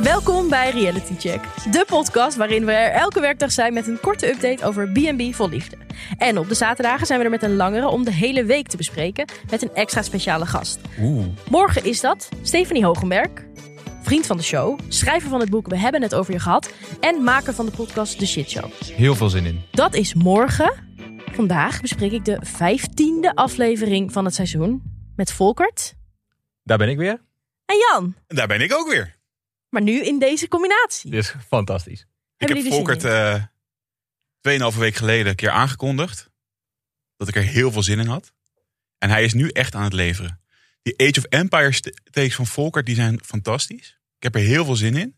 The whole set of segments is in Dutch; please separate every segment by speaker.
Speaker 1: Welkom bij Reality Check, de podcast waarin we er elke werkdag zijn met een korte update over B&B vol liefde. En op de zaterdagen zijn we er met een langere om de hele week te bespreken met een extra speciale gast.
Speaker 2: Oeh.
Speaker 1: Morgen is dat Stefanie Hogenberg, vriend van de show, schrijver van het boek We hebben het over je gehad en maker van de podcast The Shit Show.
Speaker 2: Heel veel zin in.
Speaker 1: Dat is morgen. Vandaag bespreek ik de vijftiende aflevering van het seizoen met Volkert
Speaker 2: Daar ben ik weer.
Speaker 1: en Jan.
Speaker 3: Daar ben ik ook weer.
Speaker 1: Maar nu in deze combinatie.
Speaker 2: Dit is fantastisch.
Speaker 3: ik heb
Speaker 1: jullie er zin
Speaker 3: Volkert
Speaker 1: in?
Speaker 3: eh, tweeënhalve week geleden een keer aangekondigd. Dat ik er heel veel zin in had. En hij is nu echt aan het leveren. Die Age of Empires t- takes van Volkert die zijn fantastisch. Ik heb er heel veel zin in.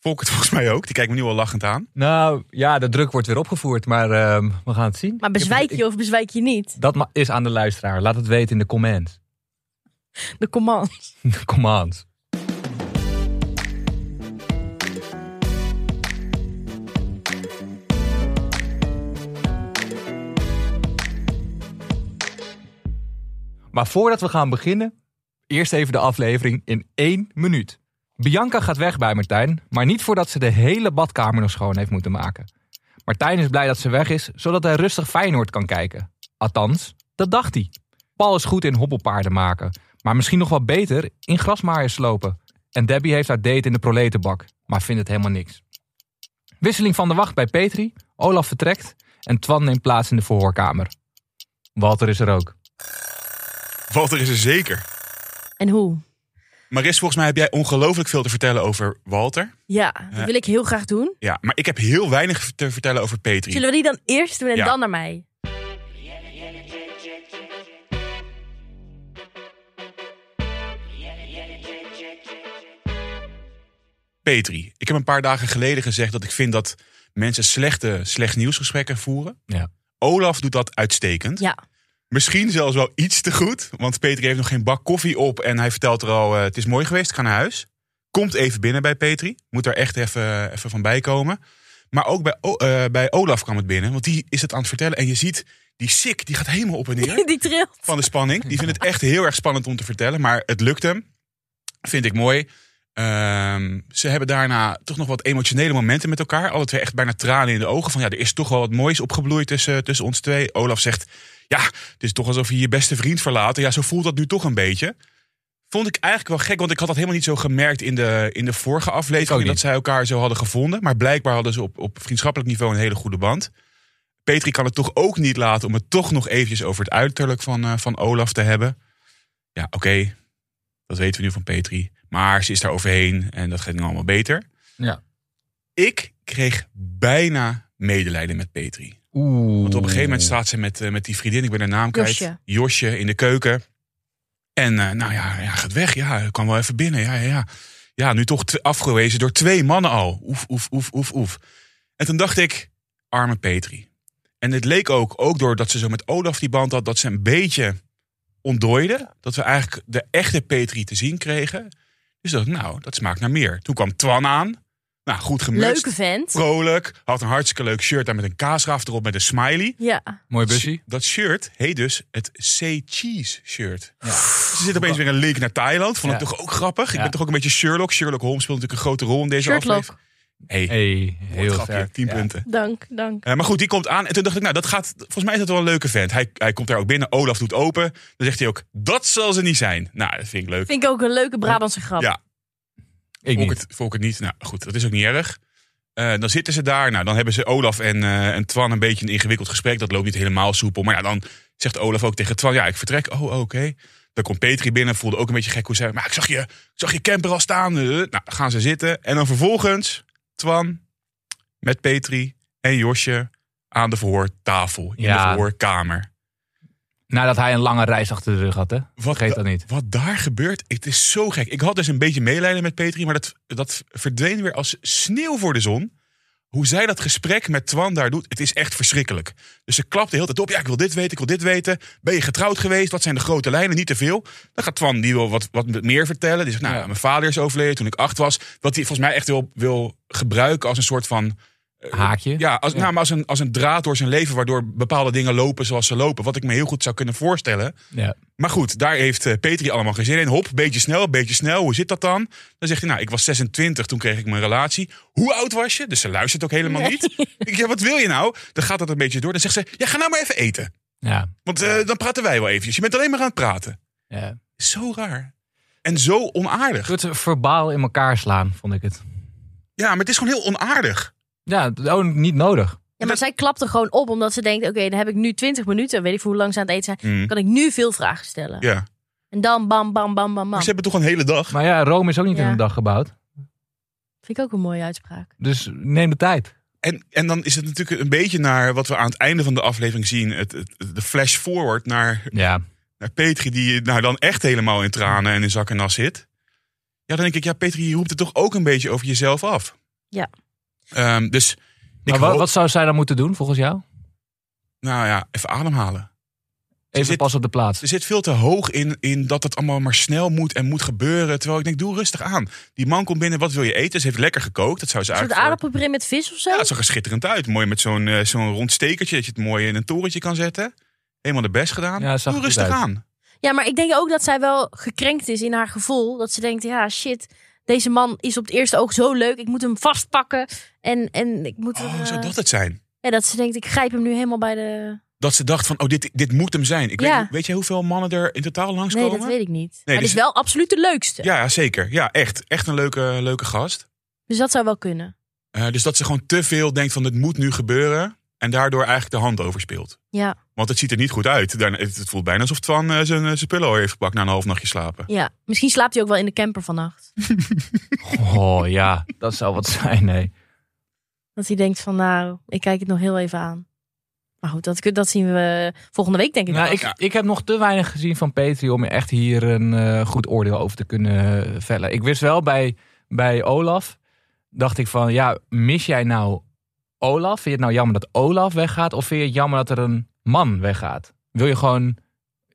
Speaker 3: Volkert volgens mij ook. Die kijkt me nu al lachend aan.
Speaker 2: Nou ja, de druk wordt weer opgevoerd, maar ehm, we gaan het zien.
Speaker 1: Maar bezwijk
Speaker 2: Ik heb-
Speaker 1: je of bezwijk je niet?
Speaker 2: ik- dat ma- is aan de luisteraar. Laat het weten in de comments.
Speaker 1: De commands.
Speaker 2: De commands. Maar voordat we gaan beginnen, eerst even de aflevering in één minuut. Bianca gaat weg bij Martijn, maar niet voordat ze de hele badkamer nog schoon heeft moeten maken. Martijn is blij dat ze weg is, zodat hij rustig Feyenoord kan kijken. Althans, dat dacht hij. Paul is goed in hobbelpaarden maken, maar misschien nog wel beter in grasmaaiers slopen. En Debbie heeft haar date in de proletenbak, maar vindt het helemaal niks. Wisseling van de wacht bij Petri, Olaf vertrekt en Twan neemt plaats in de verhoorkamer. Walter is er ook.
Speaker 3: Walter is er zeker.
Speaker 1: En hoe?
Speaker 3: Maris, volgens mij heb jij ongelooflijk veel te vertellen over Walter.
Speaker 1: Ja, dat
Speaker 3: Eh.
Speaker 1: wil ik heel graag doen.
Speaker 3: Ja, maar ik heb heel weinig te vertellen over Petri.
Speaker 1: Zullen we die dan eerst doen en
Speaker 3: Ja.
Speaker 1: dan naar mij?
Speaker 3: Petri, ik heb een paar dagen geleden gezegd dat ik vind dat mensen slechte, slecht nieuwsgesprekken voeren.
Speaker 2: Ja.
Speaker 3: Olaf doet dat uitstekend.
Speaker 1: Ja.
Speaker 3: Misschien zelfs wel iets te goed. Want Petri heeft nog geen bak koffie op. En hij vertelt er al, eh, het is mooi geweest, ik ga naar huis. Komt even binnen bij Petri. Moet er echt even, eh, even van bij komen. Maar ook bij, O- eh, bij Olaf kwam het binnen. Want die is het aan het vertellen. En je ziet, die sick, die gaat helemaal op en neer
Speaker 1: Die trilt.
Speaker 3: van de spanning. Die vindt het echt heel erg spannend om te vertellen. Maar het lukt hem. Vind ik mooi. Ehm, ze hebben daarna toch nog wat emotionele momenten met elkaar. Alle twee echt bijna tranen in de ogen. Van ja, er is toch wel wat moois opgebloeid tussen, tussen ons twee. Olaf zegt, ja, het is toch alsof je je beste vriend verlaat. Ja, zo voelt dat nu toch een beetje. Vond ik eigenlijk wel gek, want ik had dat helemaal niet zo gemerkt in de, in de vorige aflevering.
Speaker 2: niet.
Speaker 3: Dat zij elkaar zo hadden gevonden. Maar blijkbaar hadden ze op, op vriendschappelijk niveau een hele goede band. Petri kan het toch ook niet laten om het toch nog eventjes over het uiterlijk van, eh, van Olaf te hebben. Ja, oké, dat weten we nu van Petri. Maar ze is daar overheen en dat gaat nu allemaal beter.
Speaker 2: Ja.
Speaker 3: Ik kreeg bijna medelijden met Petri.
Speaker 2: Oeh.
Speaker 3: Want op een gegeven moment staat ze met, eh, met die vriendin, ik ben haar naam kwijt.
Speaker 1: Josje.
Speaker 3: Josje in de keuken. En eh, nou ja, ja, gaat weg. Ja, kwam wel even binnen. Ja, ja, ja. ja nu toch tw- afgewezen door twee mannen al. Oef, oef, oef, oef, oef. En toen dacht ik, arme Petri. En het leek ook, ook doordat ze zo met Olaf die band had, dat ze een beetje ontdooide. Dat we eigenlijk de echte Petri te zien kregen. Dus dacht ik, nou, dat smaakt naar meer. Toen kwam Twan aan. Nou, goed gemutst.
Speaker 1: Leuke vent.
Speaker 3: Vrolijk. Had een hartstikke leuk shirt aan met een kaasraaf erop met een smiley.
Speaker 1: Ja.
Speaker 2: Mooi busje.
Speaker 3: Dat shirt heet dus het C-Cheese shirt. Ze zit opeens weer een link naar Thailand. Vond ik
Speaker 2: Ja.
Speaker 3: toch ook grappig. Ik
Speaker 2: Ja.
Speaker 3: ben toch ook een beetje Sherlock. Sherlock Holmes speelt natuurlijk een grote rol in deze
Speaker 1: Shirtlock.
Speaker 3: aflevering. Hey,
Speaker 2: Hey,
Speaker 3: heel
Speaker 2: heel
Speaker 3: grapje.
Speaker 2: sterk.
Speaker 3: 10
Speaker 2: Ja.
Speaker 3: punten.
Speaker 1: Dank, dank.
Speaker 3: Eh, maar goed, die komt aan. En toen dacht ik, nou, dat gaat, volgens mij is dat wel een leuke vent. Hij, hij komt daar ook binnen. Olaf doet open. Dan zegt hij ook, dat zal ze niet zijn. Nou, dat vind ik leuk.
Speaker 1: Vind ik ook een leuke Brabantse grap.
Speaker 3: Ja,
Speaker 2: Ik
Speaker 3: Volk
Speaker 2: niet.
Speaker 3: het, volk het niet. Nou goed, dat is ook niet erg. Eh, dan zitten ze daar. Nou, dan hebben ze Olaf en, eh, en Twan een beetje een ingewikkeld gesprek. Dat loopt niet helemaal soepel. Maar ja, dan zegt Olaf ook tegen Twan: Ja, ik vertrek. Oh, oké. Dan komt Petri binnen. Voelde ook een beetje gek hoe zij. Maar ik zag je, ik zag je camper al staan. Eh, Nou, dan gaan ze zitten. En dan vervolgens Twan met Petri en Josje aan de verhoortafel. In de
Speaker 2: Ja.
Speaker 3: verhoorkamer.
Speaker 2: Nadat hij een lange reis achter de rug had, hè?
Speaker 3: Wat
Speaker 2: Vergeet
Speaker 3: da-
Speaker 2: dat niet.
Speaker 3: Wat daar gebeurt, het is zo gek. Ik had dus een beetje meelijden met Petri, maar dat, dat verdween weer als sneeuw voor de zon. Hoe zij dat gesprek met Twan daar doet, het is echt verschrikkelijk. Dus ze klapt de hele tijd op. Ja, ik wil dit weten, ik wil dit weten. Ben je getrouwd geweest? Wat zijn de grote lijnen? Niet te veel. Dan gaat Twan, die wil wat, wat meer vertellen. Die zegt, nou,
Speaker 2: Ja.
Speaker 3: mijn vader is overleden toen ik acht was. Wat hij volgens mij echt wil, wil gebruiken als een soort van
Speaker 2: haakje.
Speaker 3: eh, Ja, als, Nou, maar als, een, als een draad door zijn leven, waardoor bepaalde dingen lopen zoals ze lopen. Wat ik me heel goed zou kunnen voorstellen.
Speaker 2: Ja.
Speaker 3: Maar goed, daar heeft eh, Petri allemaal geen zin in. Hop, beetje snel, beetje snel. Hoe zit dat dan? Dan zegt hij, nou, ik was 26, toen kreeg ik mijn relatie. Hoe oud was je? Dus ze luistert ook helemaal niet. Ik zeg, wat wil je nou? Dan gaat dat een beetje door. Dan zegt ze, ja, ga nou maar even eten.
Speaker 2: Ja.
Speaker 3: Want eh, dan praten wij wel eventjes. Je bent alleen maar aan het praten.
Speaker 2: ja.
Speaker 3: Zo raar. En zo onaardig.
Speaker 2: Het verbaal in elkaar slaan, vond ik het.
Speaker 3: Ja, maar het is gewoon heel onaardig.
Speaker 2: Ja, oh, niet nodig.
Speaker 1: Ja, maar zij klapt er gewoon op omdat ze denkt: oké, dan heb ik nu 20 minuten, weet ik voor hoe lang ze aan het eten zijn.
Speaker 3: Mm.
Speaker 1: Kan ik nu veel vragen stellen?
Speaker 3: Ja.
Speaker 1: En dan bam, bam, bam, bam, bam.
Speaker 3: Maar ze hebben toch een hele dag.
Speaker 2: Maar ja, Rome is ook niet in
Speaker 1: Ja.
Speaker 2: een dag gebouwd.
Speaker 1: Vind ik ook een mooie uitspraak.
Speaker 2: Dus neem de tijd.
Speaker 3: En, en dan is het natuurlijk een beetje naar wat we aan het einde van de aflevering zien. Het, het- de flash forward naar
Speaker 2: Ja.
Speaker 3: naar Petri, die nou dan echt helemaal in tranen en in zak en nas zit. Ja, dan denk ik, ja, Petri, je roept het toch ook een beetje over jezelf af.
Speaker 1: Ja.
Speaker 3: Ehm, dus, ik
Speaker 2: Maar wa-
Speaker 3: hoop-
Speaker 2: wat zou zij dan moeten doen, volgens jou?
Speaker 3: nou ja, even ademhalen.
Speaker 2: Even
Speaker 3: zit-
Speaker 2: pas op de plaats.
Speaker 3: Ze zit veel te hoog in, in dat het allemaal maar snel moet en moet gebeuren. Terwijl ik denk, doe rustig aan. Die man komt binnen, wat wil je eten? Ze heeft lekker gekookt, dat zou ze
Speaker 1: Een soort
Speaker 3: eigenlijk... voor-
Speaker 1: aardappelprim met vis of zo?
Speaker 3: Ja, het zag er schitterend uit. Mooi met zo'n eh, zo'n rond stekertje, dat je het mooi in een torentje kan zetten. Helemaal de best gedaan.
Speaker 2: Ja, het zag
Speaker 3: doe
Speaker 2: er goed
Speaker 3: rustig
Speaker 2: uit.
Speaker 3: aan.
Speaker 1: Ja, maar ik denk ook dat zij wel gekrenkt is in haar gevoel. Dat ze denkt, ja, shit, deze man is op het eerste oog zo leuk. Ik moet hem vastpakken. En, en ik moet...
Speaker 3: Oh,
Speaker 1: er,
Speaker 3: zou
Speaker 1: eh,
Speaker 3: dat het zijn?
Speaker 1: ja, dat ze denkt, ik grijp hem nu helemaal bij de...
Speaker 3: dat ze dacht van, oh, dit, dit moet hem zijn. Ik
Speaker 1: Ja.
Speaker 3: weet, weet jij hoeveel mannen er in totaal
Speaker 1: Nee,
Speaker 3: langskomen?
Speaker 1: dat weet ik niet. maar het
Speaker 3: dus-
Speaker 1: is wel absoluut de leukste.
Speaker 3: Ja, ja, zeker. Ja, echt. Echt een leuke, leuke gast.
Speaker 1: Dus dat zou wel kunnen.
Speaker 3: Eh, dus dat ze gewoon te veel denkt van, dit moet nu gebeuren. En daardoor eigenlijk de hand overspeelt.
Speaker 1: Ja,
Speaker 3: Want het ziet er niet goed uit. Daarna- Het het voelt bijna alsof Twan eh, zijn eh, zijn spullen al heeft gepakt na een half nachtje slapen.
Speaker 1: ja. Misschien slaapt hij ook wel in de camper vannacht.
Speaker 2: Oh ja, dat zou wat zijn, nee.
Speaker 1: Dat hij denkt van, nou, ik kijk het nog heel even aan. Maar goed, dat, kun- dat zien we volgende week denk ik.
Speaker 2: Nou,
Speaker 1: wel.
Speaker 2: ik, ik heb nog te weinig gezien van Petri om echt hier een eh, goed oordeel over te kunnen eh, vellen. Ik wist wel bij, bij Olaf, dacht ik van, ja, mis jij nou Olaf? Vind je het nou jammer dat Olaf weggaat? Of vind je het jammer dat er een man weggaat? Wil je gewoon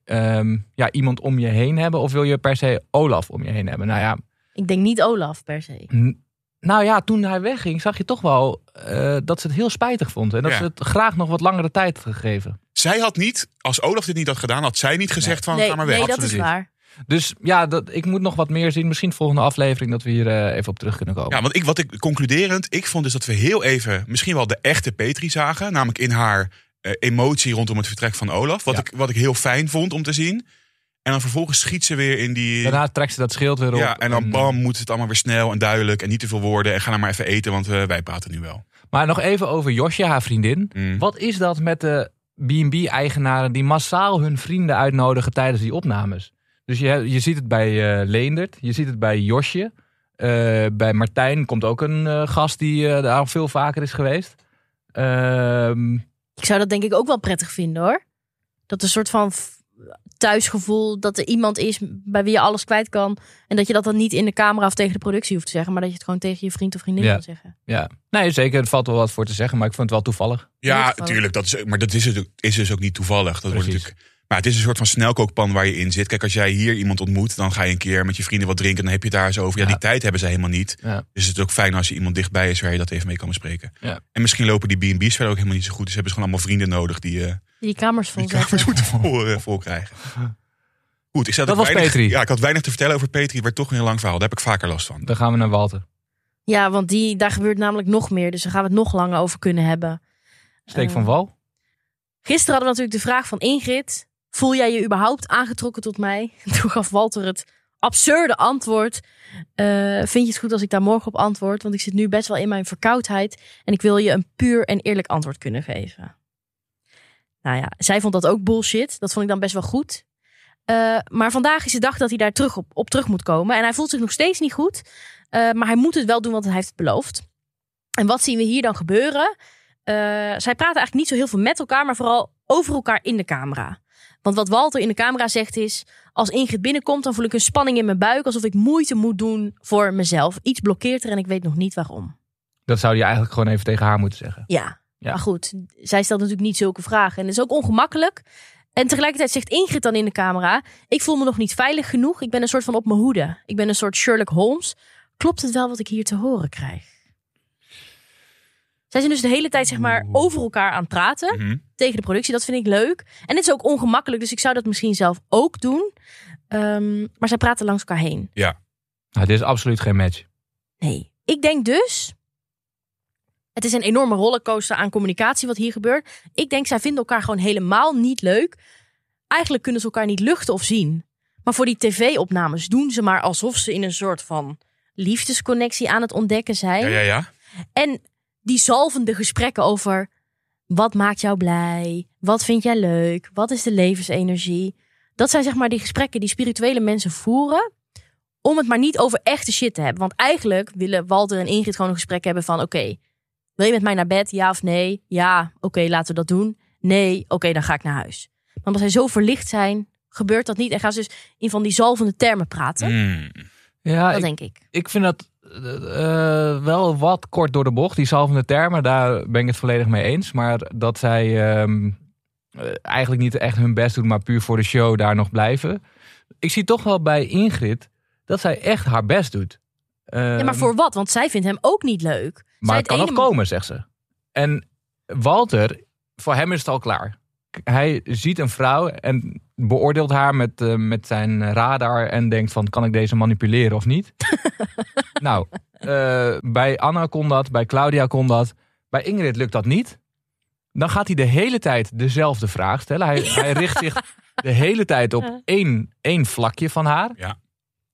Speaker 2: ehm, ja, iemand om je heen hebben? Of wil je per se Olaf om je heen hebben? Nou ja,
Speaker 1: ik denk niet Olaf per se.
Speaker 2: N- Nou ja, toen hij wegging, zag je toch wel eh, dat ze het heel spijtig vond. En dat
Speaker 3: Ja.
Speaker 2: ze het graag nog wat langere tijd had gegeven.
Speaker 3: Zij had niet, als Olaf dit niet had gedaan, had zij niet gezegd van,
Speaker 1: nee,
Speaker 3: ga maar weg.
Speaker 1: nee dat
Speaker 2: absoluut
Speaker 1: is
Speaker 2: niet.
Speaker 1: waar.
Speaker 2: Dus ja, dat, ik moet nog wat meer zien. Misschien volgende aflevering dat we hier eh, even op terug kunnen komen.
Speaker 3: Ja, want ik, wat ik concluderend, ik vond dus dat we heel even misschien wel de echte Petri zagen. Namelijk in haar eh, emotie rondom het vertrek van Olaf. Wat,
Speaker 2: Ja.
Speaker 3: ik, wat ik heel fijn vond om te zien. En dan vervolgens schiet ze weer in die.
Speaker 2: Daarna trekt ze dat schild weer op.
Speaker 3: ja, en dan bam, moet het allemaal weer snel en duidelijk. En niet te veel woorden. En ga nou maar even eten, want eh, wij praten nu wel.
Speaker 2: Maar nog even over Josje, haar vriendin.
Speaker 3: Mm.
Speaker 2: Wat is dat met de B&B-eigenaren die massaal hun vrienden uitnodigen tijdens die opnames? Dus je, je ziet het bij eh, Leendert, je ziet het bij Josje. eh, bij Martijn komt ook een eh, gast die eh, daar al veel vaker is geweest. Ehm,
Speaker 1: Ik zou dat denk ik ook wel prettig vinden hoor. Dat een soort van f- thuisgevoel dat er iemand is bij wie je alles kwijt kan. En dat je dat dan niet in de camera of tegen de productie hoeft te zeggen. Maar dat je het gewoon tegen je vriend of vriendin
Speaker 2: Ja.
Speaker 1: kan zeggen.
Speaker 2: ja. Nee, zeker, er valt wel wat voor te zeggen, maar ik vond het wel toevallig.
Speaker 1: In
Speaker 3: Ja,
Speaker 1: dit geval.
Speaker 3: tuurlijk. Dat is, maar dat is, het ook- is dus ook niet toevallig. Dat wordt
Speaker 2: Precies.
Speaker 3: natuurlijk. Maar het is een soort van snelkookpan waar je in zit. Kijk, als jij hier iemand ontmoet, dan ga je een keer met je vrienden wat drinken. Dan heb je het daar eens over. Ja,
Speaker 2: Ja.
Speaker 3: die tijd hebben ze helemaal niet.
Speaker 2: Ja.
Speaker 3: Dus het is ook fijn als je iemand dichtbij is waar je dat even mee kan bespreken.
Speaker 2: Ja.
Speaker 3: En misschien lopen die B&B's verder ook helemaal niet zo goed. Dus hebben ze gewoon allemaal vrienden nodig die eh,
Speaker 1: Die kamers vol
Speaker 3: die kamers
Speaker 1: zetten.
Speaker 3: moeten vol, eh, vol krijgen. Goed, ik zei
Speaker 2: Dat
Speaker 3: ik
Speaker 2: was
Speaker 3: weinig,
Speaker 2: Petri.
Speaker 3: Ja, ik had weinig te vertellen over Petri. Het werd toch een heel lang verhaal. Daar heb ik vaker last van.
Speaker 2: Dan gaan we naar Walter.
Speaker 1: Ja, want die, daar gebeurt namelijk nog meer. Dus daar gaan we het nog langer over kunnen hebben.
Speaker 2: Steek van
Speaker 1: Eh,
Speaker 2: wal.
Speaker 1: Gisteren hadden we natuurlijk de vraag van Ingrid. Voel jij je überhaupt aangetrokken tot mij? Toen gaf Walter het absurde antwoord. eh, vind je het goed als ik daar morgen op antwoord? Want ik zit nu best wel in mijn verkoudheid. En ik wil je een puur en eerlijk antwoord kunnen geven. Nou ja, zij vond dat ook bullshit. Dat vond ik dan best wel goed. Eh, maar vandaag is de dag dat hij daar terug op, op terug moet komen. En hij voelt zich nog steeds niet goed. Eh, maar hij moet het wel doen, want hij heeft het beloofd. En wat zien we hier dan gebeuren? Eh, zij praten eigenlijk niet zo heel veel met elkaar, maar vooral over elkaar in de camera. Want wat Walter in de camera zegt is: als Ingrid binnenkomt, dan voel ik een spanning in mijn buik, alsof ik moeite moet doen voor mezelf. Iets blokkeert er en ik weet nog niet waarom.
Speaker 2: Dat zou je eigenlijk gewoon even tegen haar moeten zeggen.
Speaker 1: Ja,
Speaker 2: Ja.
Speaker 1: maar goed, zij stelt natuurlijk niet zulke vragen en het is ook ongemakkelijk. En tegelijkertijd zegt Ingrid dan in de camera: ik voel me nog niet veilig genoeg. Ik ben een soort van op mijn hoede. Ik ben een soort Sherlock Holmes. Klopt het wel wat ik hier te horen krijg? Zij zijn dus de hele tijd zeg maar
Speaker 3: Oeh.
Speaker 1: over elkaar aan het praten
Speaker 3: Mhm.
Speaker 1: tegen de productie. Dat vind ik leuk. En dit is ook ongemakkelijk, dus ik zou dat misschien zelf ook doen. Ehm, maar zij praten langs elkaar heen.
Speaker 2: Nou, dit is absoluut geen match.
Speaker 1: Nee. Ik denk dus. Het is een enorme rollercoaster aan communicatie wat hier gebeurt. Ik denk, zij vinden elkaar gewoon helemaal niet leuk. Eigenlijk kunnen ze elkaar niet luchten of zien. Maar voor die tv-opnames doen ze maar alsof ze in een soort van liefdesconnectie aan het ontdekken zijn.
Speaker 3: Ja, ja, ja.
Speaker 1: En die zalvende gesprekken over wat maakt jou blij? Wat vind jij leuk? Wat is de levensenergie? Dat zijn zeg maar die gesprekken die spirituele mensen voeren. Om het maar niet over echte shit te hebben. Want eigenlijk willen Walter en Ingrid gewoon een gesprek hebben van... Oké, wil je met mij naar bed? Ja of nee? Ja, oké, laten we dat doen. Nee, oké, dan ga ik naar huis. Maar omdat zij zo verlicht zijn, gebeurt dat niet. En gaan ze dus in van die zalvende termen praten.
Speaker 3: Mm.
Speaker 2: Ja,
Speaker 1: Dat
Speaker 2: ik,
Speaker 1: denk ik.
Speaker 2: ik vind dat eh, eh, wel wat kort door de bocht. Die zalvende termen, daar ben ik het volledig mee eens. Maar dat zij ehm, eh, eigenlijk niet echt hun best doen, maar puur voor de show daar nog blijven. Ik zie toch wel bij Ingrid dat zij echt haar best doet.
Speaker 1: Ja, maar
Speaker 2: Ehm,
Speaker 1: voor wat? Want zij vindt hem ook niet leuk. Zij
Speaker 2: Maar het kan nog
Speaker 1: ene
Speaker 2: komen, zegt ze. En Walter, voor hem is het al klaar. K- Hij ziet een vrouw en beoordeelt haar met, eh, met zijn radar en denkt van, kan ik deze manipuleren of niet? nou, eh, bij Anna kon dat, bij Claudia kon dat, bij Ingrid lukt dat niet. Dan gaat hij de hele tijd dezelfde vraag stellen. Hij, hij richt zich de hele tijd op
Speaker 1: Ja.
Speaker 2: één, één vlakje van haar.
Speaker 3: Ja.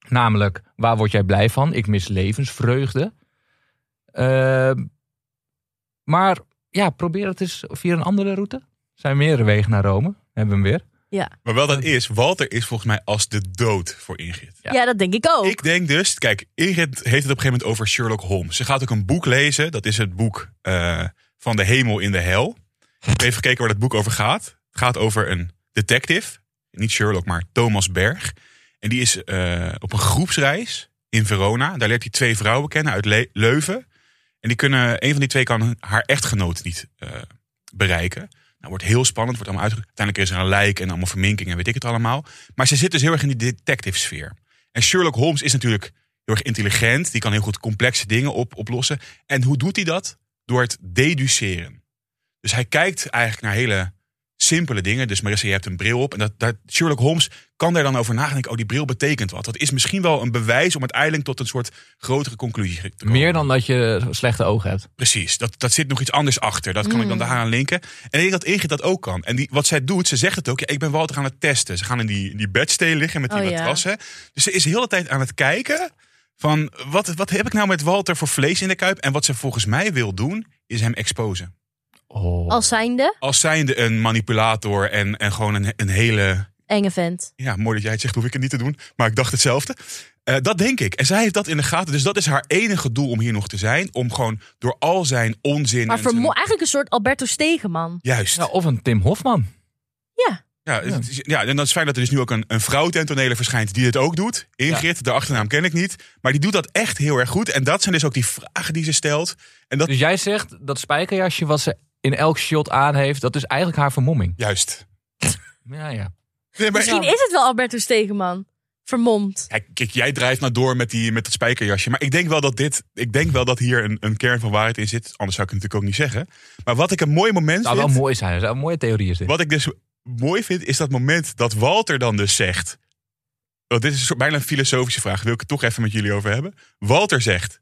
Speaker 2: Namelijk, waar word jij blij van? Ik mis levensvreugde. Eh, maar ja, probeer het eens via een andere route. Er zijn meerdere wegen naar Rome. Hebben we hem weer.
Speaker 3: Maar wel dat is, Walter is volgens mij als de dood voor Ingrid.
Speaker 1: Ja, dat denk ik ook.
Speaker 3: Ik denk dus, kijk, Ingrid heeft het op een gegeven moment over Sherlock Holmes. Ze gaat ook een boek lezen. Dat is het boek eh, van de hemel in de hel. Ik heb even gekeken waar dat boek over gaat. Het gaat over een detective. Niet Sherlock, maar Thomas Berg. En die is eh, op een groepsreis in Verona. Daar leert hij twee vrouwen kennen uit Le- Leuven. En die kunnen, een van die twee kan haar echtgenoot niet eh, bereiken. Nou, wordt heel spannend, wordt allemaal uitge... Uiteindelijk is er een lijk en allemaal verminkingen, weet ik het allemaal. Maar ze zit dus heel erg in die detective sfeer. En Sherlock Holmes is natuurlijk heel erg intelligent. Die kan heel goed complexe dingen op, oplossen. En hoe doet hij dat? Door het deduceren. Dus hij kijkt eigenlijk naar hele simpele dingen. Dus Marissa, je hebt een bril op. En dat, dat, Sherlock Holmes kan daar dan over nadenken. Oh, die bril betekent wat. Dat is misschien wel een bewijs om uiteindelijk tot een soort grotere conclusie te komen.
Speaker 2: Meer dan dat je slechte ogen hebt.
Speaker 3: Precies, dat, dat zit nog iets anders achter. Dat kan ik dan
Speaker 1: Mm.
Speaker 3: daaraan linken. En ik denk dat Ingrid dat ook kan. En die, wat zij doet, ze zegt het ook. Ja, ik ben Walter aan het testen. Ze gaan in die, die bedstee liggen met die
Speaker 1: Oh, ja.
Speaker 3: matrassen. Dus ze is de hele tijd aan het kijken van... Wat, wat heb ik nou met Walter voor vlees in de kuip? En wat ze volgens mij wil doen, is hem exposen.
Speaker 2: Oh.
Speaker 1: Als zijnde,
Speaker 3: Als zijnde een manipulator en, en gewoon een, een hele...
Speaker 1: enge vent.
Speaker 3: Ja, mooi dat jij het zegt, hoef ik het niet te doen. Maar ik dacht hetzelfde. Eh, dat denk ik. En zij heeft dat in de gaten. Dus dat is haar enige doel om hier nog te zijn. Om gewoon door al zijn onzin...
Speaker 1: Maar
Speaker 3: en zijn-
Speaker 1: vermo- eigenlijk een soort Alberto Stegenman.
Speaker 3: Juist.
Speaker 2: Ja, of een Tim Hofman.
Speaker 3: Ja, het is- ja, en dat is fijn dat er dus nu ook een, een vrouw ten tonele verschijnt die dit ook doet. Ingrid, de achternaam ken ik niet. Maar die doet dat echt heel erg goed. En dat zijn dus ook die vragen die ze stelt. En dat,
Speaker 2: Dus jij zegt dat spijkerjasje wat ze in elk shot aan heeft, dat is eigenlijk haar vermomming.
Speaker 3: juist.
Speaker 2: Ja, ja.
Speaker 3: Nee, maar,
Speaker 1: Misschien is het wel Alberto Stegenman. Vermomd.
Speaker 3: Kijk, kijk, jij drijft nou door met, die, met dat spijkerjasje. Maar ik denk wel dat, dit, ik denk wel dat hier een, een kern van waarheid in zit. Anders zou ik het natuurlijk ook niet zeggen. Maar wat ik een mooi moment
Speaker 2: Het zou Nou, wel
Speaker 3: vind-
Speaker 2: mooi zijn. Het zou een mooie theorie is dit.
Speaker 3: Wat ik dus mooi vind, is dat moment dat Walter dan dus zegt. Want dit is een soort, bijna een filosofische vraag. Wil ik het toch even met jullie over hebben? Walter zegt.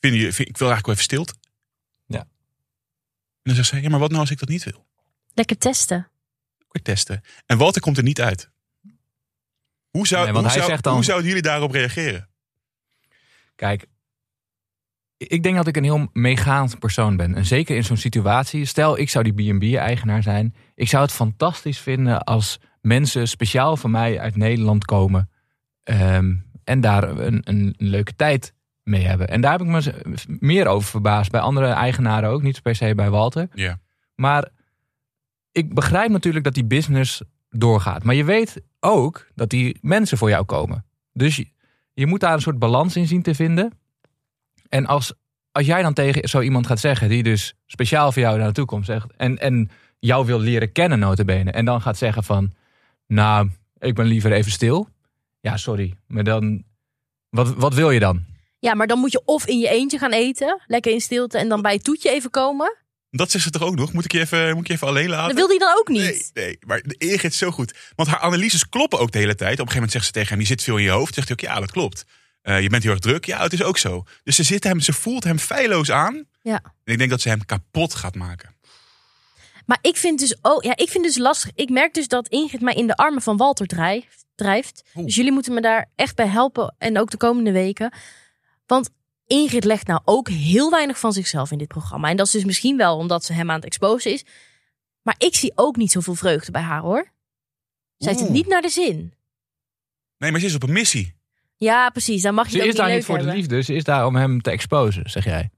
Speaker 3: Vind je, vind- ik wil eigenlijk wel even stilte.
Speaker 2: Ja.
Speaker 3: En dan zegt zij: Ja, maar wat nou als ik dat niet wil?
Speaker 1: Lekker testen.
Speaker 3: Kort testen. En Walter komt er niet uit. Hoe, zou,
Speaker 2: Nee, want
Speaker 3: hoe,
Speaker 2: hij
Speaker 3: zou,
Speaker 2: zegt dan-
Speaker 3: hoe zouden jullie daarop reageren?
Speaker 2: Kijk, ik denk dat ik een heel meegaand persoon ben. En zeker in zo'n situatie. Stel, ik zou die B&B-eigenaar zijn. Ik zou het fantastisch vinden als mensen speciaal voor mij uit Nederland komen. ehm, en daar een, een leuke tijd mee hebben. En daar heb ik me z- meer over verbaasd. Bij andere eigenaren ook. Niet per se bij Walter.
Speaker 3: Ja.
Speaker 2: Maar ik begrijp natuurlijk dat die business doorgaat. Maar je weet ook dat die mensen voor jou komen. Dus je, je moet daar een soort balans in zien te vinden. En als, als jij dan tegen zo iemand gaat zeggen... die dus speciaal voor jou naar de toekomst zegt... en, en jou wil leren kennen notabene... en dan gaat zeggen van... nou, ik ben liever even stil. Ja, sorry, maar dan... Wat, wat wil je dan?
Speaker 1: Ja, maar dan moet je of in je eentje gaan eten, lekker in stilte, en dan bij het toetje even komen.
Speaker 3: Dat zegt ze toch ook nog? Moet ik je even, moet ik je even alleen laten?
Speaker 1: Dat wilde hij dan ook niet.
Speaker 3: Nee, nee, maar de Ingrid is zo goed. Want haar analyses kloppen ook de hele tijd. Op een gegeven moment zegt ze tegen hem, je zit veel in je hoofd. Zegt hij ook, ja, dat klopt. Eh, je bent heel erg druk. Ja, het is ook zo. Dus ze, zit hem, ze voelt hem feilloos aan.
Speaker 1: Ja.
Speaker 3: En ik denk dat ze hem kapot gaat maken.
Speaker 1: Maar ik vind dus ook, ja, ik vind dus lastig. Ik merk dus dat Ingrid mij in de armen van Walter drijft. drijft.
Speaker 3: Oeh.
Speaker 1: Dus jullie moeten me daar echt bij helpen en ook de komende weken. Want Ingrid legt nou ook heel weinig van zichzelf in dit programma. En dat is dus misschien wel omdat ze hem aan het exposen is. Maar ik zie ook niet zoveel vreugde bij haar hoor. Zij heeft het
Speaker 3: Oeh.
Speaker 1: niet naar de zin.
Speaker 3: Nee, maar ze is op een missie.
Speaker 1: Ja, precies. Dan mag je
Speaker 2: Ze
Speaker 1: het ook
Speaker 2: is daar
Speaker 1: leuk
Speaker 2: niet voor de
Speaker 1: hebben.
Speaker 2: liefde, ze is daar om hem te exposen, zeg jij.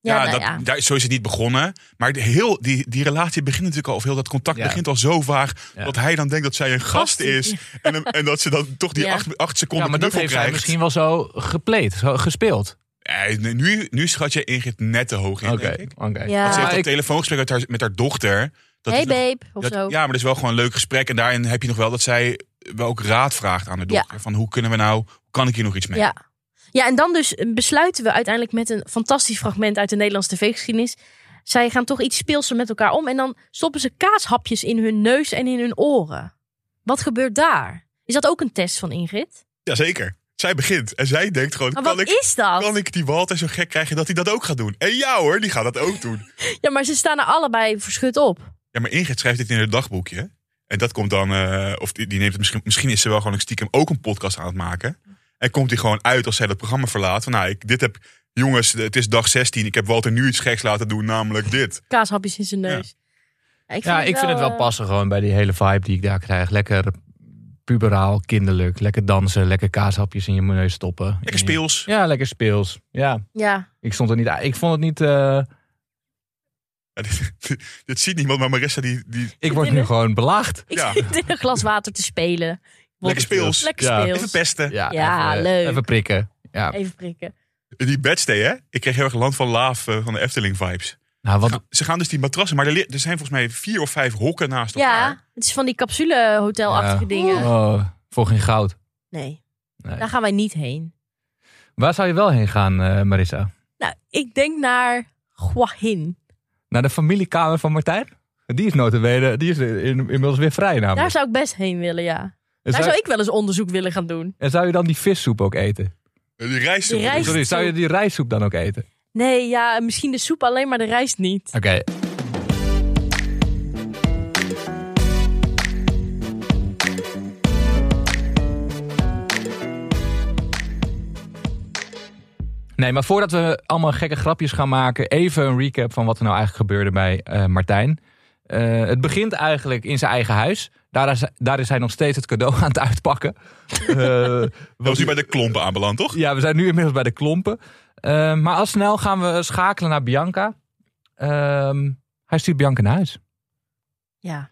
Speaker 1: Ja, nou
Speaker 3: dat,
Speaker 1: ja.
Speaker 3: Daar, zo is het niet begonnen. Maar de- heel, die, die relatie begint natuurlijk al, of heel dat contact
Speaker 2: Ja.
Speaker 3: begint al zo vaag.
Speaker 2: Ja.
Speaker 3: Dat hij dan denkt dat zij een gast
Speaker 1: Gast.
Speaker 3: is. En, hem- en dat ze dan toch die
Speaker 1: Ja.
Speaker 3: acht, acht seconden
Speaker 2: Ja, maar dat
Speaker 3: knuffel
Speaker 2: heeft hij
Speaker 3: krijgt.
Speaker 2: misschien wel zo gepleed, zo gespeeld.
Speaker 3: Eh, nee, nu, nu schat je Ingrid net te hoog in,
Speaker 2: Oké,
Speaker 3: denk ik.
Speaker 1: Ja.
Speaker 2: oké.
Speaker 3: Want ze heeft
Speaker 2: Maar
Speaker 3: dat
Speaker 2: ik-
Speaker 3: telefoongesprek met haar, met haar dochter. Dat
Speaker 1: hey
Speaker 3: is nog-
Speaker 1: babe, of
Speaker 3: dat-
Speaker 1: zo.
Speaker 3: ja, maar dat is wel gewoon een leuk gesprek. En daarin heb je nog wel dat zij wel ook raad vraagt aan de
Speaker 1: Ja.
Speaker 3: dochter. Van hoe kunnen we nou, hoe kan ik hier nog iets mee?
Speaker 1: Ja. ja, en dan dus besluiten we uiteindelijk met een fantastisch fragment uit de Nederlandse tv-geschiedenis. Zij gaan toch iets speelser met elkaar om en dan stoppen ze kaashapjes in hun neus en in hun oren. Wat gebeurt daar? Is dat ook een test van Ingrid?
Speaker 3: Jazeker. Zij begint en zij denkt gewoon,
Speaker 1: Maar
Speaker 3: kan
Speaker 1: wat
Speaker 3: ik,
Speaker 1: is dat?
Speaker 3: kan ik die Walter zo gek krijgen dat hij dat ook gaat doen? En ja hoor, die gaat dat ook doen.
Speaker 1: Ja, maar ze staan er allebei verschut op.
Speaker 3: Ja, maar Ingrid schrijft dit in haar dagboekje. En dat komt dan, eh, of die, die neemt het misschien, misschien is ze wel gewoon stiekem ook een podcast aan het maken. En komt die gewoon uit als zij dat programma verlaat. Van nou, ik, dit heb, jongens, het is dag 16. Ik heb Walter nu iets geks laten doen, namelijk dit.
Speaker 1: Kaashapjes in zijn
Speaker 3: Ja.
Speaker 1: neus. Ja, ik
Speaker 2: Ja, ik vind het wel
Speaker 1: eh,
Speaker 2: passen gewoon bij die hele vibe die ik daar krijg. Lekker puberaal, kinderlijk, lekker dansen, lekker kaashapjes in je neus stoppen.
Speaker 3: Lekker
Speaker 2: In je-
Speaker 3: speels.
Speaker 2: Ja, lekker speels. Ja,
Speaker 1: eh, Ja,
Speaker 2: ik stond er niet aan. Ik vond het niet... eh,
Speaker 3: Ja, dit, dit ziet niemand, maar Marissa die, die
Speaker 2: ik word nu gewoon belaagd.
Speaker 1: ik
Speaker 3: Ja.
Speaker 1: zit in een glas water te spelen.
Speaker 3: lekker speels.
Speaker 1: Lekker
Speaker 2: Ja.
Speaker 1: speels.
Speaker 3: Even pesten.
Speaker 2: Ja,
Speaker 1: Ja,
Speaker 2: even, eh,
Speaker 1: leuk.
Speaker 2: Even prikken. Ja.
Speaker 1: Even prikken.
Speaker 3: Die bedstee, hè? Ik kreeg heel erg Land van Laaf eh, van de Efteling vibes.
Speaker 2: Nou, wat,
Speaker 3: Ze gaan dus die matrassen, maar er, li- er zijn volgens mij vier of vijf hokken naast elkaar.
Speaker 1: Ja, het is van die capsulehotelachtige
Speaker 2: Ja.
Speaker 1: dingen.
Speaker 2: oh, voor geen goud.
Speaker 1: Nee,
Speaker 2: Nee.
Speaker 1: daar gaan wij niet heen.
Speaker 2: Waar zou je wel heen gaan, eh, Marissa?
Speaker 1: Nou, ik denk naar Guahin.
Speaker 2: Naar de familiekamer van Martijn? Die is notabene, die is in- in- inmiddels weer vrij namelijk.
Speaker 1: Daar zou ik best heen willen, ja.
Speaker 2: en,
Speaker 1: Daar
Speaker 2: zou,
Speaker 1: zou ik wel eens onderzoek willen gaan doen.
Speaker 2: en zou je dan die vissoep ook eten?
Speaker 3: Eh, Die reis.
Speaker 1: Die rijst-
Speaker 2: Sorry, zou je die rijstsoep dan ook eten?
Speaker 1: Nee, ja, misschien de soep alleen, maar de rijst niet.
Speaker 2: Oké. Nee, maar voordat we allemaal gekke grapjes gaan maken, even een recap van wat er nou eigenlijk gebeurde bij eh, Martijn. Eh, het begint eigenlijk in zijn eigen huis. Daar is, daar is hij nog steeds het cadeau aan het uitpakken. Eh,
Speaker 3: Dat was nu bij de klompen aanbeland, toch?
Speaker 2: ja, we zijn nu inmiddels bij de klompen. Ehm, maar al snel gaan we schakelen naar Bianca. Ehm, hij stuurt Bianca naar huis.
Speaker 1: Ja,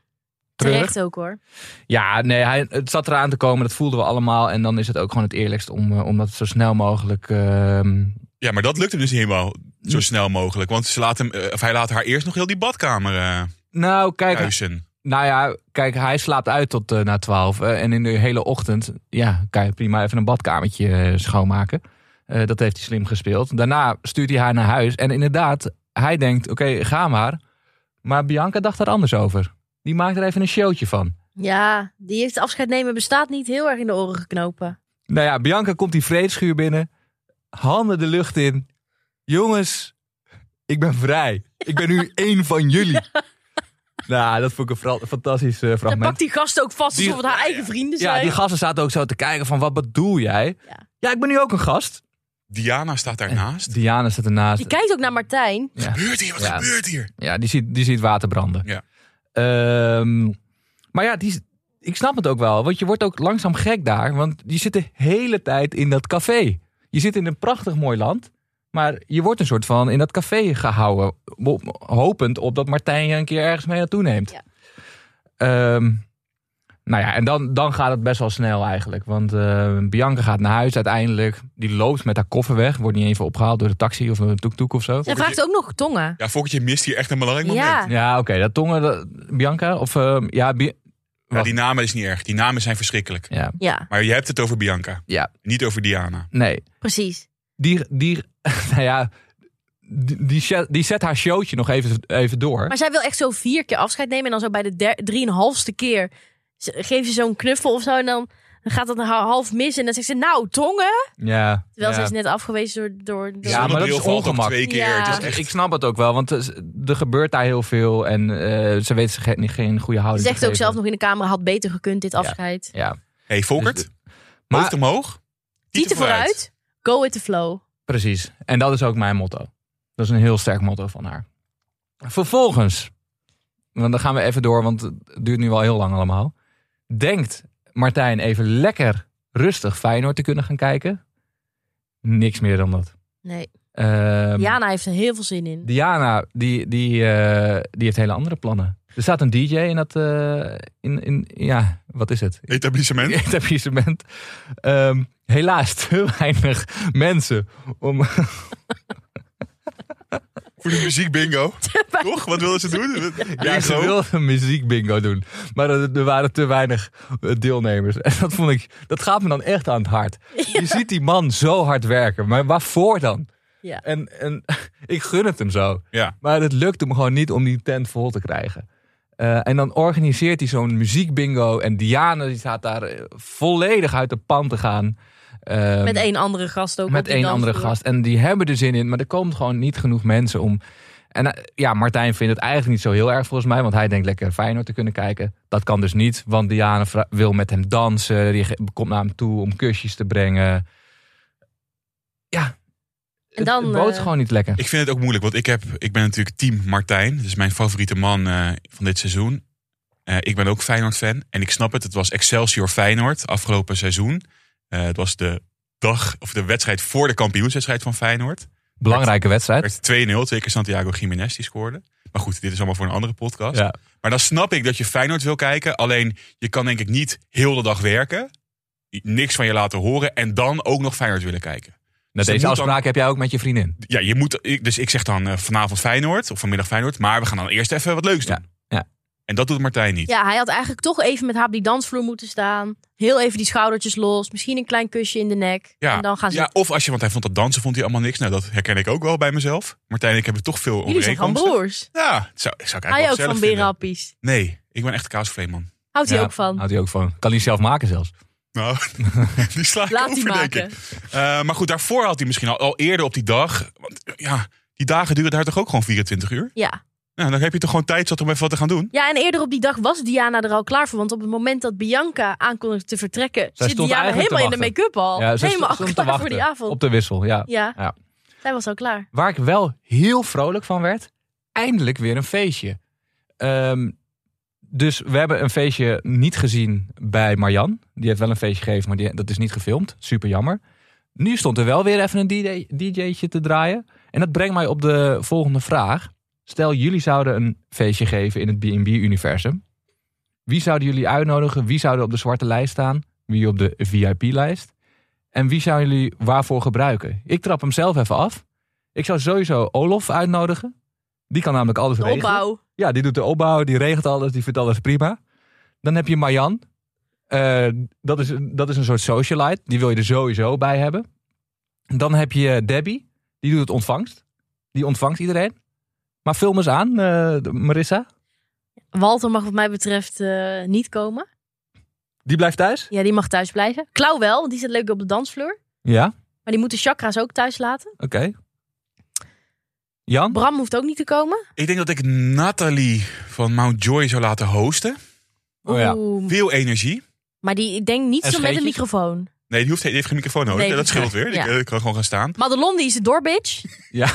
Speaker 2: Treurig.
Speaker 1: terecht ook hoor.
Speaker 2: Ja, nee, hij, het zat eraan te komen. Dat voelden we allemaal. En dan is het ook gewoon het eerlijkst om, eh, om dat zo snel mogelijk... ehm,
Speaker 3: Ja, maar dat lukt hem dus niet helemaal zo snel mogelijk. Want ze laat hem, eh, of hij laat haar eerst nog heel die badkamer eh
Speaker 2: nou, kijk,
Speaker 3: kuisen.
Speaker 2: nou ja, kijk, hij slaapt uit tot eh, na twaalf. en in de hele ochtend ja, kan je prima even een badkamertje eh, schoonmaken. Eh, dat heeft hij slim gespeeld. Daarna stuurt hij haar naar huis. En inderdaad, hij denkt, oké, ga maar. Maar Bianca dacht daar anders over. Die maakt er even een showtje van.
Speaker 1: Ja, die heeft afscheid nemen bestaat niet heel erg in de oren geknopen.
Speaker 2: Nou ja, Bianca komt die vreedschuur binnen. Handen de lucht in. Jongens, ik ben vrij. Ik ben nu één van jullie. Nou, dat vond ik een fra- fantastisch eh,
Speaker 1: Dan
Speaker 2: fragment.
Speaker 1: pakt die gasten ook vast
Speaker 2: Die-
Speaker 1: alsof het haar eigen vrienden
Speaker 2: Ja,
Speaker 1: zijn.
Speaker 2: die gasten zaten ook zo te kijken van, wat bedoel jij?
Speaker 1: Ja.
Speaker 2: Ja, ik ben nu ook een gast.
Speaker 3: Diana staat daarnaast.
Speaker 2: Dus Diana zit ernaast.
Speaker 1: Die kijkt ook naar Martijn.
Speaker 2: Ja.
Speaker 3: Gebeurt hier? Wat
Speaker 2: Ja.
Speaker 3: gebeurt hier?
Speaker 2: Ja, die ziet, die ziet water branden.
Speaker 3: Ja.
Speaker 2: Ehm, maar ja, die, ik snap het ook wel. Want je wordt ook langzaam gek daar. Want je zit de hele tijd in dat café. Je zit in een prachtig mooi land. Maar je wordt een soort van in dat café gehouden. ho- Hopend op dat Martijn je een keer ergens mee naartoe neemt.
Speaker 1: Ja.
Speaker 2: Ehm, nou ja, en dan, dan gaat het best wel snel eigenlijk. Want eh, Bianca gaat naar huis uiteindelijk. Die loopt met haar koffer weg. Wordt niet even opgehaald door de taxi of een tuk-tuk of zo.
Speaker 1: Zij vraagt ook nog tongen.
Speaker 3: Ja, Fokkertje mist hier echt een belangrijk moment.
Speaker 1: Ja.
Speaker 2: Ja, oké. Dat tongen, dat- Bianca of eh, ja, Bi-
Speaker 3: Ja, die namen is niet erg. Die namen zijn verschrikkelijk.
Speaker 2: ja,
Speaker 1: Ja,
Speaker 3: Maar je hebt het over Bianca.
Speaker 2: Ja.
Speaker 3: Niet over Diana.
Speaker 2: nee.
Speaker 1: precies.
Speaker 2: die, die, nou ja, die, die, zet- die zet haar showtje nog even, even door.
Speaker 1: Maar zij wil echt zo vier keer afscheid nemen. En dan zo bij de der- drieënhalfste keer ze- geeft ze zo'n knuffel of zo. En dan, dan gaat dat haar half mis. En dan zegt ze, nou, tongen.
Speaker 2: ja,
Speaker 1: Terwijl
Speaker 2: ja.
Speaker 1: zij is net afgewezen door... door, door-
Speaker 3: De
Speaker 2: Ja, maar dat
Speaker 3: zonnebril
Speaker 2: is
Speaker 3: valt ook
Speaker 2: ongemak.
Speaker 3: Twee keer.
Speaker 1: Ja.
Speaker 3: Het is
Speaker 2: Dus
Speaker 3: echt-
Speaker 2: Ik snap het ook wel, want eh, er gebeurt daar heel veel en eh, ze weet zich geen, geen goede
Speaker 1: Ze
Speaker 2: houding.
Speaker 1: zegt
Speaker 2: te
Speaker 1: ook zelf
Speaker 2: geven.
Speaker 1: nog in de camera, had beter gekund dit afscheid.
Speaker 2: Ja,
Speaker 3: hey, Volkert,
Speaker 2: Dus
Speaker 3: hoofd
Speaker 2: maar
Speaker 3: omhoog.
Speaker 1: Tieten vooruit, go with the flow.
Speaker 2: precies. En dat is ook mijn motto. Dat is een heel sterk motto van haar. Vervolgens, want dan gaan we even door, want het duurt nu al heel lang allemaal. Denkt Martijn even lekker rustig Feyenoord te kunnen gaan kijken? Niks meer dan dat.
Speaker 1: Nee,
Speaker 2: Ehm,
Speaker 1: Jana heeft er heel veel zin in.
Speaker 2: Diana, die, die, eh, die heeft hele andere plannen. Er staat een DJ in dat. eh, in, in, ja, wat is het?
Speaker 3: Etablissement.
Speaker 2: Etablissement. Ehm helaas te weinig mensen om.
Speaker 3: Voor de muziek bingo. Toch? Wat wilden ze doen?
Speaker 2: Ja, ze
Speaker 3: Bingo.
Speaker 2: wilden een muziekbingo doen. Maar er, er waren te weinig eh, deelnemers. En dat vond ik. Dat gaat me dan echt aan het hart. Je ziet die man zo hard werken. Maar waarvoor dan?
Speaker 1: Ja.
Speaker 2: En, en ik gun het hem zo.
Speaker 3: Ja.
Speaker 2: Maar het lukt hem gewoon niet om die tent vol te krijgen. Eh, en dan organiseert hij zo'n muziekbingo. En Diana die staat daar eh, volledig uit de pan te gaan. Ehm,
Speaker 1: Met één andere gast ook. op
Speaker 2: met
Speaker 1: die
Speaker 2: één andere
Speaker 1: dansvloer.
Speaker 2: gast. En die hebben er zin in. Maar er komen gewoon niet genoeg mensen om. En eh, ja, Martijn vindt het eigenlijk niet zo heel erg volgens mij. Want hij denkt lekker Feyenoord te kunnen kijken. Dat kan dus niet. Want Diana vra- wil met hem dansen. Die ge- komt naar hem toe om kusjes te brengen. Ja, het-
Speaker 1: dan,
Speaker 2: het boot
Speaker 1: eh,
Speaker 2: gewoon niet lekker.
Speaker 3: Ik vind het ook moeilijk, want ik, heb, ik ben natuurlijk team Martijn. Dat is mijn favoriete man eh, van dit seizoen. Eh, ik ben ook Feyenoord-fan. En ik snap het, het was Excelsior Feyenoord afgelopen seizoen. Eh, het was de dag, of de wedstrijd voor de kampioenswedstrijd van Feyenoord.
Speaker 2: Belangrijke wedstrijd.
Speaker 3: Het werd 2-0, twee keer Santiago Jiménez die scoorde. Maar goed, dit is allemaal voor een andere podcast.
Speaker 2: Ja.
Speaker 3: Maar dan snap ik dat je Feyenoord wil kijken. Alleen, je kan denk ik niet heel de dag werken. Niks van je laten horen. En dan ook nog Feyenoord willen kijken.
Speaker 2: Nou, deze
Speaker 3: Ze moet dan-
Speaker 2: afspraak heb jij ook met je vriendin.
Speaker 3: ja, je moet, ik- dus ik zeg dan eh, vanavond Feyenoord of vanmiddag Feyenoord, maar we gaan dan eerst even wat leuks doen.
Speaker 2: ja.
Speaker 3: En dat doet Martijn niet.
Speaker 1: Ja, hij had eigenlijk toch even met haar op die dansvloer moeten staan. Heel even die schoudertjes los. Misschien een klein kusje in de nek.
Speaker 3: Ja,
Speaker 1: En dan gaan ze...
Speaker 3: ja, of als je, want hij vond dat dansen vond hij allemaal niks. Nou, dat herken ik ook wel bij mezelf. Martijn en ik hebben toch veel
Speaker 1: Jullie zijn gewoon
Speaker 3: overeenkomsten.
Speaker 1: broers.
Speaker 3: Ja, dat zou, dat zou ik
Speaker 1: Hou je
Speaker 3: eigenlijk
Speaker 1: ook
Speaker 3: wel
Speaker 1: van
Speaker 3: gezellig vinden.
Speaker 1: berenappies?
Speaker 3: Nee, ik ben echt kaasvleeman.
Speaker 1: Houdt hij
Speaker 2: Ja,
Speaker 1: ook van?
Speaker 2: Houdt hij ook van. Kan hij zelf maken zelfs.
Speaker 3: Nou, die sla ik
Speaker 1: Laat
Speaker 3: over,
Speaker 1: die maken.
Speaker 3: denk ik. Eh, maar goed, daarvoor had hij misschien al, al eerder op die dag. Want eh, ja, die dagen duren daar toch ook gewoon 24 uur?
Speaker 1: Ja.
Speaker 3: Nou, dan heb je toch gewoon tijd zat om even wat te gaan doen?
Speaker 1: ja, en eerder op die dag was Diana er al klaar voor. Want op het moment dat Bianca aankondigde te vertrekken... zit
Speaker 2: stond
Speaker 1: Diana
Speaker 2: eigenlijk te
Speaker 1: helemaal in de
Speaker 2: wachten.
Speaker 1: make-up al.
Speaker 2: Ja, ze
Speaker 1: helemaal
Speaker 2: stond te
Speaker 1: klaar voor
Speaker 2: wachten
Speaker 1: die avond.
Speaker 2: Op de wissel, ja.
Speaker 1: Ja.
Speaker 2: Ja.
Speaker 1: zij was al klaar.
Speaker 2: Waar ik wel heel vrolijk van werd, eindelijk weer een feestje. Ehm, dus we hebben een feestje niet gezien bij Marjan. Die heeft wel een feestje gegeven, maar die, dat is niet gefilmd. Super jammer. Nu stond er wel weer even een DJ, DJ'tje te draaien. En dat brengt mij op de volgende vraag. Stel, jullie zouden een feestje geven in het B&B-universum. Wie zouden jullie uitnodigen? Wie zouden op de zwarte lijst staan? Wie op de VIP-lijst? En wie zouden jullie waarvoor gebruiken? Ik trap hem zelf even af. Ik zou sowieso Olof uitnodigen. Die kan namelijk alles
Speaker 1: De
Speaker 2: regelen.
Speaker 1: opbouw.
Speaker 2: Ja, die doet de opbouw, die regelt alles, die vindt alles prima. Dan heb je Marjan. Eh, dat, is, dat is een soort socialite. Die wil je er sowieso bij hebben. Dan heb je Debbie. Die doet het ontvangst. Die ontvangt iedereen. Maar film eens aan, eh, Marissa.
Speaker 1: Walter mag wat mij betreft eh, niet komen.
Speaker 2: Die blijft thuis.
Speaker 1: Ja, die mag thuis blijven. Klauw wel, want die zit leuk op de dansvloer.
Speaker 2: Ja,
Speaker 1: Maar die moet de chakra's ook thuis laten.
Speaker 2: oké. Jan?
Speaker 1: Bram hoeft ook niet te komen.
Speaker 3: Ik denk dat ik Nathalie van Mount Joy zou laten hosten.
Speaker 2: Oh ja.
Speaker 1: Oeh,
Speaker 3: Veel energie.
Speaker 1: Maar die, ik denk niet
Speaker 2: En
Speaker 1: zo met een
Speaker 2: scheetjes?
Speaker 1: microfoon.
Speaker 3: Nee, die, hoeft, die heeft geen microfoon nodig.
Speaker 1: Nee,
Speaker 3: Ja, dat
Speaker 1: die-
Speaker 3: scheelt weer. Die eh,
Speaker 1: ja.
Speaker 3: kan- kan gewoon gaan staan.
Speaker 1: Madelon, die is de doorbitch.
Speaker 2: Ja,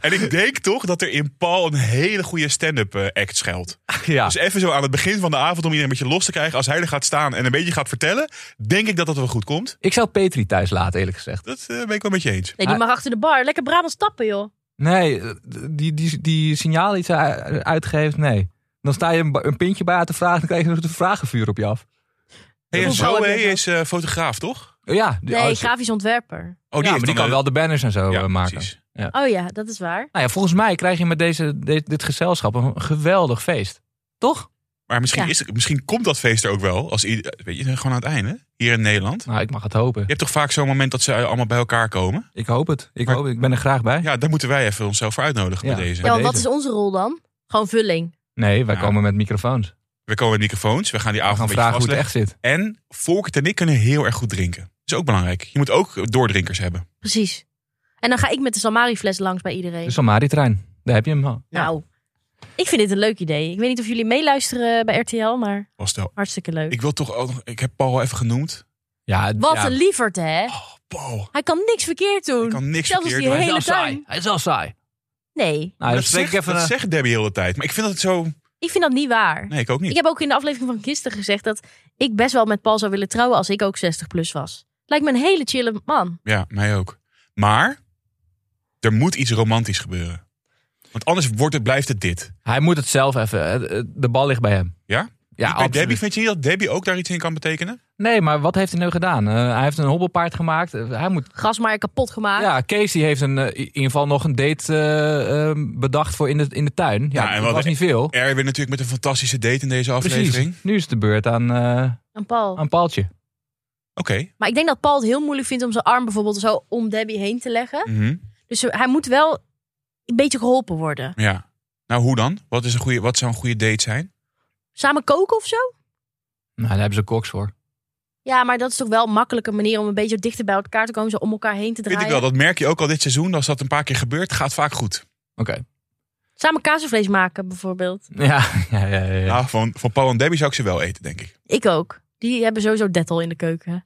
Speaker 3: En ik denk toch dat er in Paul een hele goede stand-up eh, act schuilt.
Speaker 1: Ah.
Speaker 2: ja.
Speaker 3: Dus even zo aan het begin van de avond om iedereen een beetje los te krijgen. Als hij er gaat staan en een beetje gaat vertellen, denk ik dat dat wel goed komt.
Speaker 2: Ik zou Petri thuis laten, eerlijk gezegd.
Speaker 3: Dat eh, ben ik wel met je eens.
Speaker 1: Nee, die
Speaker 2: Ah.
Speaker 1: mag achter de bar. Lekker Brabant stappen, joh.
Speaker 2: Nee, eh, die, die, die signaal die ze u- uitgeeft, nee. Dan sta je een, ba- een pintje bij haar te vragen, dan krijg je nog een vragenvuur op je af.
Speaker 3: Hey, en
Speaker 1: Hoeveel
Speaker 3: Zoe
Speaker 1: heb je
Speaker 3: is eh, fotograaf, toch?
Speaker 2: Ja, die,
Speaker 1: Nee,
Speaker 2: oh, ze-
Speaker 1: grafisch ontwerper.
Speaker 2: ja,
Speaker 3: Oh,
Speaker 2: maar
Speaker 3: heeft
Speaker 2: die
Speaker 3: dan
Speaker 2: kan
Speaker 3: een-
Speaker 2: wel de banners en zo
Speaker 3: Ja,
Speaker 2: eh, maken.
Speaker 3: precies.
Speaker 1: Oh ja, dat is waar.
Speaker 2: Nou ja, volgens mij krijg je met deze, de- dit gezelschap een geweldig feest. Toch?
Speaker 3: Maar misschien,
Speaker 1: Ja.
Speaker 3: is er- misschien komt dat feest er ook wel. Als ieder, weet je, gewoon aan het einde. Hier in Nederland.
Speaker 2: Nou, ik mag het hopen.
Speaker 3: Je hebt toch vaak zo'n moment dat ze eh, allemaal bij elkaar komen?
Speaker 2: Ik hoop het. Ik,
Speaker 3: Maar-
Speaker 2: hoop, ik ben er graag bij.
Speaker 3: Ja, daar moeten wij even onszelf voor uitnodigen
Speaker 2: Ja.
Speaker 3: bij deze.
Speaker 2: Bij
Speaker 1: Ja, want wat
Speaker 2: deze.
Speaker 1: is onze rol dan? Gewoon vulling.
Speaker 2: Nee, wij
Speaker 3: Ja.
Speaker 2: komen met microfoons.
Speaker 3: We komen met microfoons. We gaan die
Speaker 2: We
Speaker 3: avond
Speaker 2: gaan
Speaker 3: een beetje
Speaker 2: vragen hoe het
Speaker 3: vastleggen.
Speaker 2: echt zit.
Speaker 3: En Volkert en ik kunnen heel erg goed drinken. Dat is ook belangrijk. Je moet ook doordrinkers hebben.
Speaker 1: Precies. En dan ga ik met de Salmari-fles langs bij iedereen.
Speaker 2: De Samari-trein. Daar heb je hem al.
Speaker 1: Nou, ik vind dit een leuk idee. Ik weet niet of jullie meeluisteren bij RTL, maar
Speaker 3: Was wel.
Speaker 1: hartstikke leuk.
Speaker 3: Ik wil toch ook nog. Ik heb Paul even genoemd.
Speaker 2: Ja, het-
Speaker 1: Wat
Speaker 2: ja.
Speaker 1: een lieverd, hè?
Speaker 3: Oh, Paul.
Speaker 1: Hij kan niks verkeerd doen.
Speaker 3: Ik kan niks
Speaker 1: Zelfs als
Speaker 3: verkeerd
Speaker 1: die
Speaker 3: doen.
Speaker 2: Hij is
Speaker 1: hele
Speaker 2: al saai.
Speaker 1: tuin.
Speaker 2: Hij is al saai.
Speaker 1: Nee,
Speaker 2: Nou,
Speaker 3: dat
Speaker 2: dan spreek
Speaker 3: zegt,
Speaker 2: ik even...
Speaker 3: dat
Speaker 2: eh,
Speaker 3: zegt Debbie de hele tijd. Maar ik vind dat het zo...
Speaker 1: ik vind dat niet waar.
Speaker 3: Nee, ik ook
Speaker 1: Ik
Speaker 3: niet.
Speaker 1: heb ook in de aflevering van gisteren gezegd dat ik best wel met Paul zou willen trouwen als ik ook 60 plus was. Lijkt me een hele chille man.
Speaker 3: Ja, mij ook. Maar er moet iets romantisch gebeuren. Want anders wordt het, blijft het dit.
Speaker 2: Hij moet het zelf even... eh, eh, De bal ligt bij hem.
Speaker 3: Ja?
Speaker 2: Ja,
Speaker 3: Bij
Speaker 2: absoluut.
Speaker 3: Debbie, vind je niet dat Debbie ook daar iets in kan betekenen?
Speaker 2: Nee, maar wat heeft hij nou gedaan? Eh, hij heeft een hobbelpaard gemaakt. Eh, hij moet...
Speaker 1: Grasmaaier kapot gemaakt.
Speaker 2: Ja, Kees die heeft een, eh, in ieder geval nog een date eh, eh, bedacht voor in de, in de tuin.
Speaker 3: Ja,
Speaker 2: Ja,
Speaker 3: en
Speaker 2: dat
Speaker 3: wat-
Speaker 2: was niet veel.
Speaker 3: Erwin natuurlijk met een fantastische date in deze
Speaker 2: Precies.
Speaker 3: aflevering.
Speaker 2: Nu is het de beurt aan, eh
Speaker 1: Aan Paul.
Speaker 2: aan Paaltje.
Speaker 3: Oké.
Speaker 1: Maar ik denk dat Paul het heel moeilijk vindt om zijn arm bijvoorbeeld zo om Debbie heen te leggen.
Speaker 3: Mhm.
Speaker 1: Dus hij moet wel een beetje geholpen worden.
Speaker 3: Ja. Nou, hoe dan? Wat, is een goede, wat zou een goede date zijn?
Speaker 1: Samen koken of zo?
Speaker 2: Nou, daar hebben ze koks voor.
Speaker 1: Ja, maar dat is toch wel een makkelijke manier om een beetje dichter bij elkaar te komen. Zo om elkaar heen te
Speaker 3: Vind
Speaker 1: draaien.
Speaker 3: ik wel. Dat merk je ook al dit seizoen. Als dat een paar keer gebeurt, gaat vaak goed.
Speaker 2: Oké.
Speaker 1: Samen kaasvlees maken bijvoorbeeld.
Speaker 2: Ja, ja, ja. ja, ja.
Speaker 3: Nou, van, van Paul en Debbie zou ik ze wel eten, denk ik.
Speaker 1: Ik ook. Die hebben sowieso dettel in de keuken.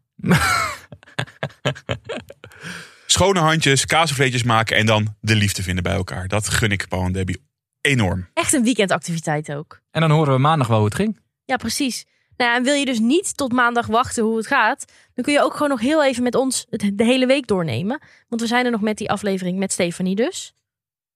Speaker 3: Schone handjes, kaasvleetjes maken en dan de liefde vinden bij elkaar. Dat gun ik Paul en Debbie enorm.
Speaker 1: Echt een weekendactiviteit ook.
Speaker 2: En dan horen we maandag wel hoe het ging.
Speaker 1: Ja, precies. Nou ja, en wil je dus niet tot maandag wachten hoe het gaat, dan kun je ook gewoon nog heel even met ons het- de hele week doornemen. Want we zijn er nog met die aflevering met Stefanie dus.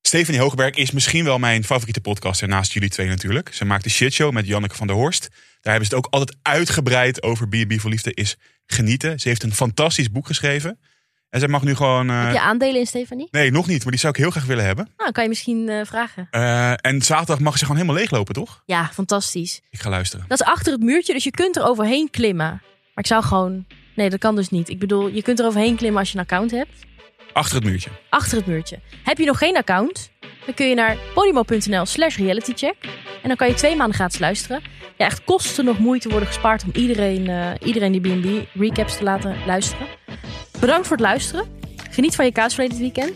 Speaker 3: Stephanie Hogeberg is misschien wel mijn favoriete podcaster naast jullie twee natuurlijk. Ze maakt de shitshow met Janneke van der Horst. Daar hebben ze het ook altijd uitgebreid over B&B voor Liefde is genieten. Ze heeft een fantastisch boek geschreven. En zij mag nu gewoon... eh,
Speaker 1: Heb je aandelen in Stefanie?
Speaker 3: Nee, nog niet, maar die zou ik heel graag willen hebben.
Speaker 1: Nou, kan je misschien eh, vragen.
Speaker 3: Eh, en zaterdag mag ze gewoon helemaal leeglopen, toch?
Speaker 1: Ja, fantastisch.
Speaker 3: Ik ga luisteren.
Speaker 1: Dat is achter het muurtje, dus je kunt er overheen klimmen. Maar ik zou gewoon... Nee, dat kan dus niet. Ik bedoel, je kunt er overheen klimmen als je een account hebt.
Speaker 3: Achter het muurtje.
Speaker 1: achter het muurtje. Heb je nog geen account? Dan kun je naar podimo.nl slash realitycheck. En dan kan je twee maanden gratis luisteren. Ja, echt kosten nog moeite worden gespaard om iedereen, eh, iedereen die B&B recaps te laten luisteren. Bedankt voor het luisteren. Geniet van je kaasvlees dit weekend.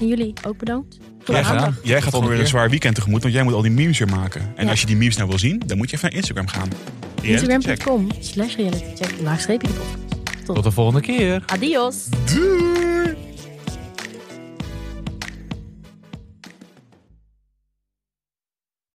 Speaker 1: En jullie ook bedankt. Voor de
Speaker 3: Jij
Speaker 2: Ja,
Speaker 1: aandacht.
Speaker 3: gaat,
Speaker 2: gedaan.
Speaker 3: jij gaat gewoon weer een
Speaker 2: keer.
Speaker 3: zwaar weekend tegemoet, want jij moet al die memes weer maken. En
Speaker 1: Ja.
Speaker 3: als je die memes nou wil zien, dan moet je even naar Instagram gaan. Die check.
Speaker 1: Instagram.com slash realitycheck. Laagstreepje de podcast.
Speaker 2: Tot de volgende keer.
Speaker 1: Adios.
Speaker 3: Doei!